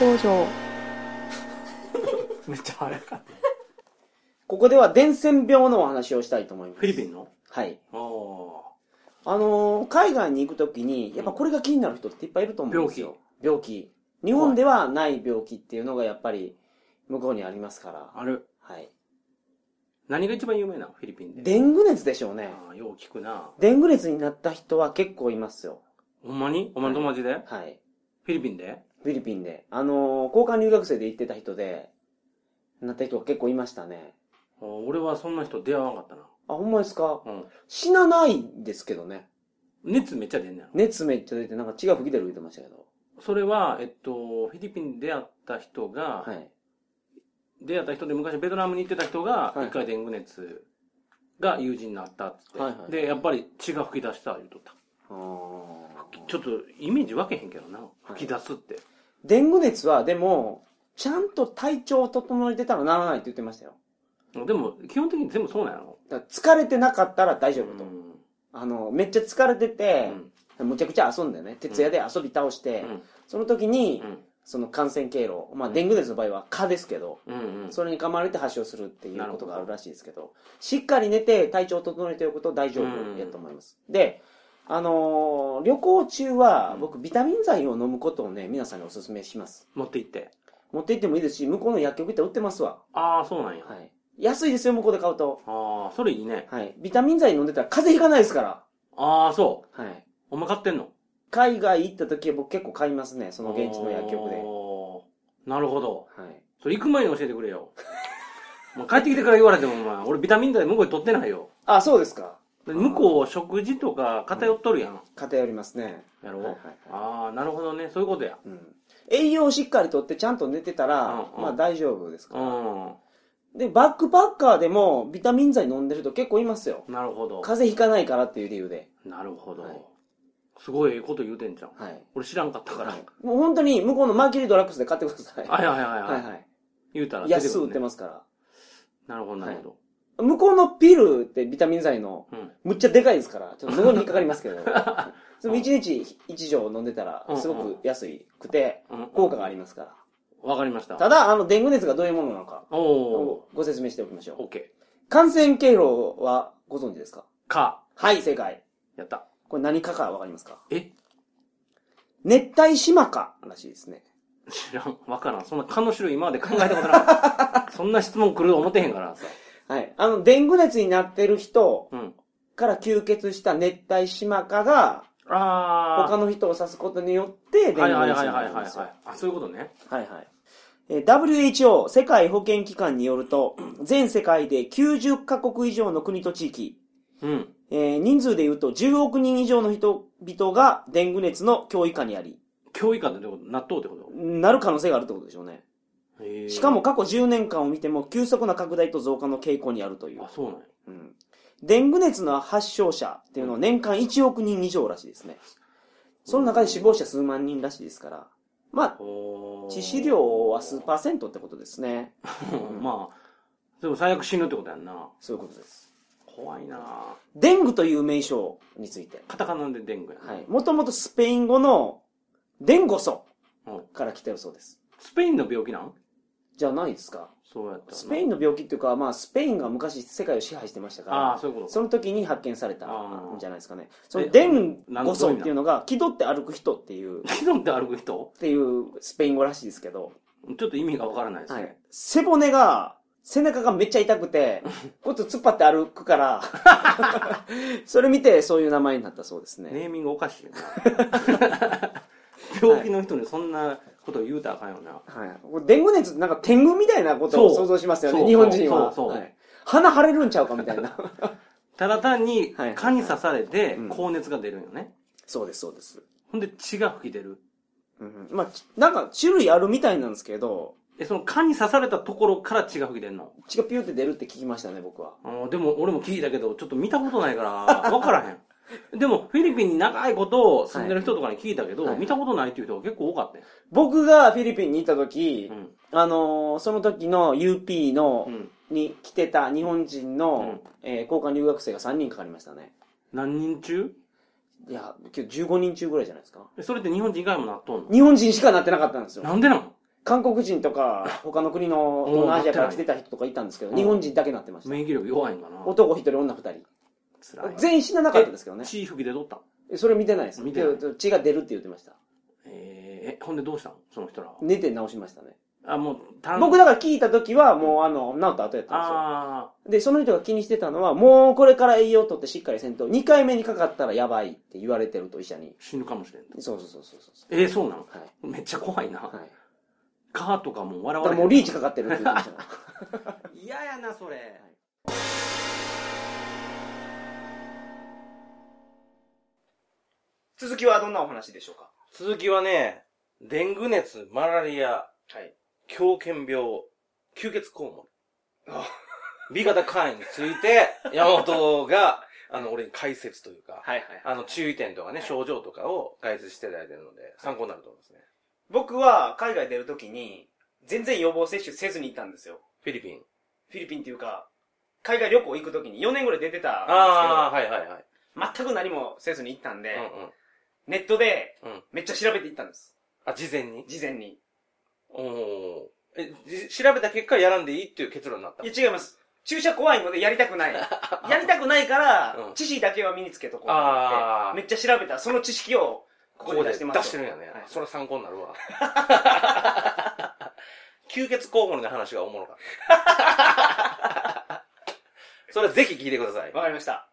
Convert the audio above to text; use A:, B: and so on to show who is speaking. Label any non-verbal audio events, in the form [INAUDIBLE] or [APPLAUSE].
A: 道場
B: めっちゃ早かった。
C: ここでは伝染病のお話をしたいと思います。
B: フィリピンの
C: はい。
B: あ
C: あのー海外に行くときに、やっぱこれが気になる人っていっぱいいると思うんですよ。病気。日本ではない病気っていうのがやっぱり向こうにありますから。
B: あ。あれ、
C: はい。
B: 何が一番有名なのフィリピンで。
C: デング熱でしょうね。
B: ああ、よう聞くな。
C: デング熱になった人は結構いますよ。
B: ほんまにお前の友達で、
C: はい。
B: フィリピンで
C: フィリピンで。あのー交換留学生で行ってた人で、なった人が結構いましたね。
B: ああ俺はそんな人出会わなかったな。
C: あ、ほんまですか
B: うん。
C: 死なないんですけどね。
B: 熱めっちゃ出んねやろ。
C: 熱めっちゃ出て、なんか血が吹き出る言ってましたけど。
B: それは、えっと、フィリピンで出会った人が、
C: はい。
B: 出会った人で昔ベトナムに行ってた人が、
C: はい
B: 一回デング熱が友人になったっつって、
C: はいはい
B: で、やっぱり血が吹き出した言うとった。
C: あー
B: ちょっとイメージ分けへんけどな。吹き出すって。
C: デング熱は、でも、ちゃんと体調を整えてたらならないって言ってましたよ。
B: でも、基本的に全部そうなんやろ。
C: だから疲れてなかったら大丈夫と。
B: うん
C: あの、めっちゃ疲れてて、むちゃくちゃ遊んでね、徹夜で遊び倒して、
B: うん
C: その時に、
B: うん
C: その感染経路、まあ、
B: うん
C: デング熱の場合は蚊ですけど、
B: うんうん
C: それに噛まれて発症するっていうことがあるらしいですけど、しっかり寝て体調を整えておくと大丈夫やと思います。で、あのー旅行中は
B: うん
C: 僕ビタミン剤を飲むことをね、皆さんにお勧めします。
B: 持って行って。
C: 持って行ってもいいですし、向こうの薬局行って売ってますわ。
B: ああ、そうなんや。
C: はい。安いですよ、向こうで買うと。
B: ああ、それいいね。
C: はい。ビタミン剤飲んでたら風邪ひかないですから。
B: ああ、そう。
C: はい。
B: お前買ってんの
C: 海外行った時は僕結構買いますね、その現地の薬局で。は
B: おーなるほど。
C: い。
B: それ行く前に教えてくれよ。 [LAUGHS] もう帰ってきてから言われても、お前、俺ビタミン剤向こうで取ってないよ。
C: あ、そうですか。
B: で向こう食事とか偏っとるやん。
C: 偏りますね。
B: やろ、
C: はいはいはい
B: ああ、なるほどね。そういうことや。
C: うん。栄養をしっかりとってちゃんと寝てたら、
B: うんうん
C: まあ大丈夫ですか
B: う
C: ら。
B: ん。
C: で、バックパッカーでもビタミン剤飲んでると結構いますよ。
B: なるほど。
C: 風邪ひかないからっていう理由で。
B: なるほど。
C: はい
B: すごいええこと言うてんじゃん。
C: はい。
B: 俺知らんかったから。
C: もう本当に向こうのマーキュリードラッグスで買ってください。
B: はいはいはいはい。
C: はいは
B: 言うたら
C: い。安売って
B: ね。
C: ますか
B: なるほどなるほど。
C: ら。向こうのピルってビタミン剤の、
B: うん。
C: むっちゃでかいですか
B: [LAUGHS]
C: ら、ちょっと喉に引っかかりますけど。その1日1錠飲んでたら、すごく安いくて、
B: うん
C: 効果がありますから。
B: わかりました。
C: ただ、あの、デング熱がどういうものなのか、
B: おお。
C: ご説明しておきましょう。
B: オッケ
C: 感染経路はご存知ですか
B: ー。か。
C: はい、正解。
B: やった。
C: これ何かかわかりますか
B: え [LAUGHS]
C: 熱帯島かからしいですね。
B: 知らん。わからん。そんな蚊の種類今まで考えたこと
C: [LAUGHS]
B: ない。そんな質問来ると思ってへんからさ。
C: はい。あの、デング熱になってる人
B: うん。
C: から吸血した熱帯島かが、
B: あー。
C: 他の人を刺すことによって、デング
B: はい
C: 熱
B: はいはい
C: に
B: は
C: ないるん
B: はい、
C: ですよ
B: はい。。あ、そういうことね。
C: はいはい。えー WHO、世界保健機関によると、全世界で90カ国以上の国と地域、
B: うん。
C: えー人数で言うと10億人以上の人々がデング熱の脅威下にあり、
B: 教育下ってこと納豆ってこ
C: なる可能性があるってことでしょうね。
B: とへー
C: しかも。過去10年間を見ても急速な拡大と増加の傾向にあるという
B: あ、。そうなんや。
C: うん。デング熱の発症者っていうのは年間1億人以上らしいですね。その中で死亡者数万人らしいですから。まあ、
B: おー
C: 致死。量は数パーセントってことですね。
B: うん [LAUGHS] まあ、でも最悪死ぬってことやんな。
C: そういうことです。
B: 怖いな
C: デングという名称について。
B: カタカナでデングやな。
C: はい。もともとスペイン語のデンゴソ
B: うん
C: から来てるそうです。
B: スペインの病気なん
C: じゃないですか。
B: そうやったらな
C: スペインの病気っていうか、まあ、スペインが昔世界を支配してましたから。
B: ああ、そういうこと。
C: その時に発見された
B: あー
C: んじゃないですかね。その
B: え
C: デン
B: なん
C: ゴソっていうのが、気取って歩く人っていう、っ
B: [LAUGHS] 気取って歩く人
C: ていうスペイン語らしいですけど、
B: ちょっと意味がわからないです
C: は
B: ね。
C: い。背骨が、背中がめっちゃ痛くて、こうやって突っ張って歩くから、それ見てそういう名前になったそうですね。
B: ネーミングおかしい
C: [LAUGHS]
B: よな。病気の人にそんなこと言うたらあかんよな。
C: はい。これデング熱ってなんか天狗みたいなことを
B: そう
C: 想像しますよ
B: そ
C: ね、
B: う
C: 日本人は。
B: そうそうそう
C: はい鼻腫れるんちゃうかみ
B: [LAUGHS]
C: たいな。
B: ただ単に
C: はい
B: 蚊に刺されて
C: うん
B: 高熱が出るんよね。
C: そうです、そうです。
B: ほんで血が吹き出る。
C: うん、まあ、ちなんか種類あるみたいなんですけど、
B: え、その蚊に刺されたところから血が吹き出るの
C: 血がピューって出るって聞きましたね、僕は。
B: あーでも俺も聞いたけど、ちょっと見たことないから、わからへん。で [LAUGHS] も、フィリピンに長いこと住んでる人とかに聞いたけど、
C: はい
B: 見たことないっていう人が結構多かったよ。
C: 僕がフィリピンに行った時
B: う、ん。
C: あのーその時の UP の、
B: うん。
C: に来てた日本人の、えー交換留学生が3人かかりましたね。
B: 何人中
C: いや、今日15人中ぐらいじゃないですか。
B: えそれって日本人以外もなっとんの
C: 日本人しかなってなかったんですよ。
B: なんでなの
C: 韓国人とか、他の国の東南アジアから来てた人とかいたんですけど、
B: うん
C: 日本人だけなってました。
B: 免疫力弱いんかな。
C: 男一人、女二人。
B: 辛いわ。
C: 全員死ななかったですけどね。
B: 血吹きで取った。
C: それ見てないです。
B: 見てない
C: けど血が出るって言ってました。
B: えーえ、ほんでどうしたのその人らは。
C: 寝て直しましたね。
B: あ、もう、頼
C: 僕だから聞いた時は、もうあの、治った後やったんですよ。
B: あ
C: で、その人が気にしてたのは、もうこれから栄養とってしっかりせんと、2回目にかかったらやばいって言われてると、医者に。
B: ー、死ぬかもしれんと。
C: そうそうそうそうそ
B: えー、そうなの
C: う。はい。
B: めっちゃ怖いな。
C: はい。
B: カーとかも笑
C: だ
B: われ
C: から
B: へん
C: もうリーチかかってるって言ってましたね。 [LAUGHS]
B: 嫌やな、それ。
C: 続きはどんなお話でしょうか
B: 続きはね、デング熱、マラリア、
C: はい。
B: 狂犬病、吸血肛門。B 型肝炎につい [LAUGHS] て、山本が、あの、俺に解説というか、
C: はいはい。
B: あの、注意点とかね、
C: はい
B: 症状とかを解説していただいてるので、参考になると思いますね。
C: 僕は海外出るときに、全然予防接種せずに行ったんですよ。
B: フィリピン。
C: フィリピンっていうか、海外旅行行くときに4年ぐらい出てたん
B: ああ、はいはいはい。
C: ですけど、全く何もせずに行ったんで、
B: うんうん。
C: ネットで
B: うん、
C: めっちゃ調べて行ったんです。
B: あ、事前に
C: 事前に。
B: おお。え、じ調べた結果やらんでいいっていう結論になった
C: い。や、違います。注射怖いのでやりた
B: [LAUGHS]
C: くない。やりたくないか
B: う
C: ら
B: ん、
C: 知識だけは身につけとこうと思
B: あ
C: っ
B: ー
C: て、めっちゃ調べた。その知識をここで出してますよ。
B: 出してるんやね。
C: はい
B: それ参考にな [LAUGHS] るわ。吸血候補の [LAUGHS] 話がおもろかった。それぜひ聞いてください。
C: わかりました。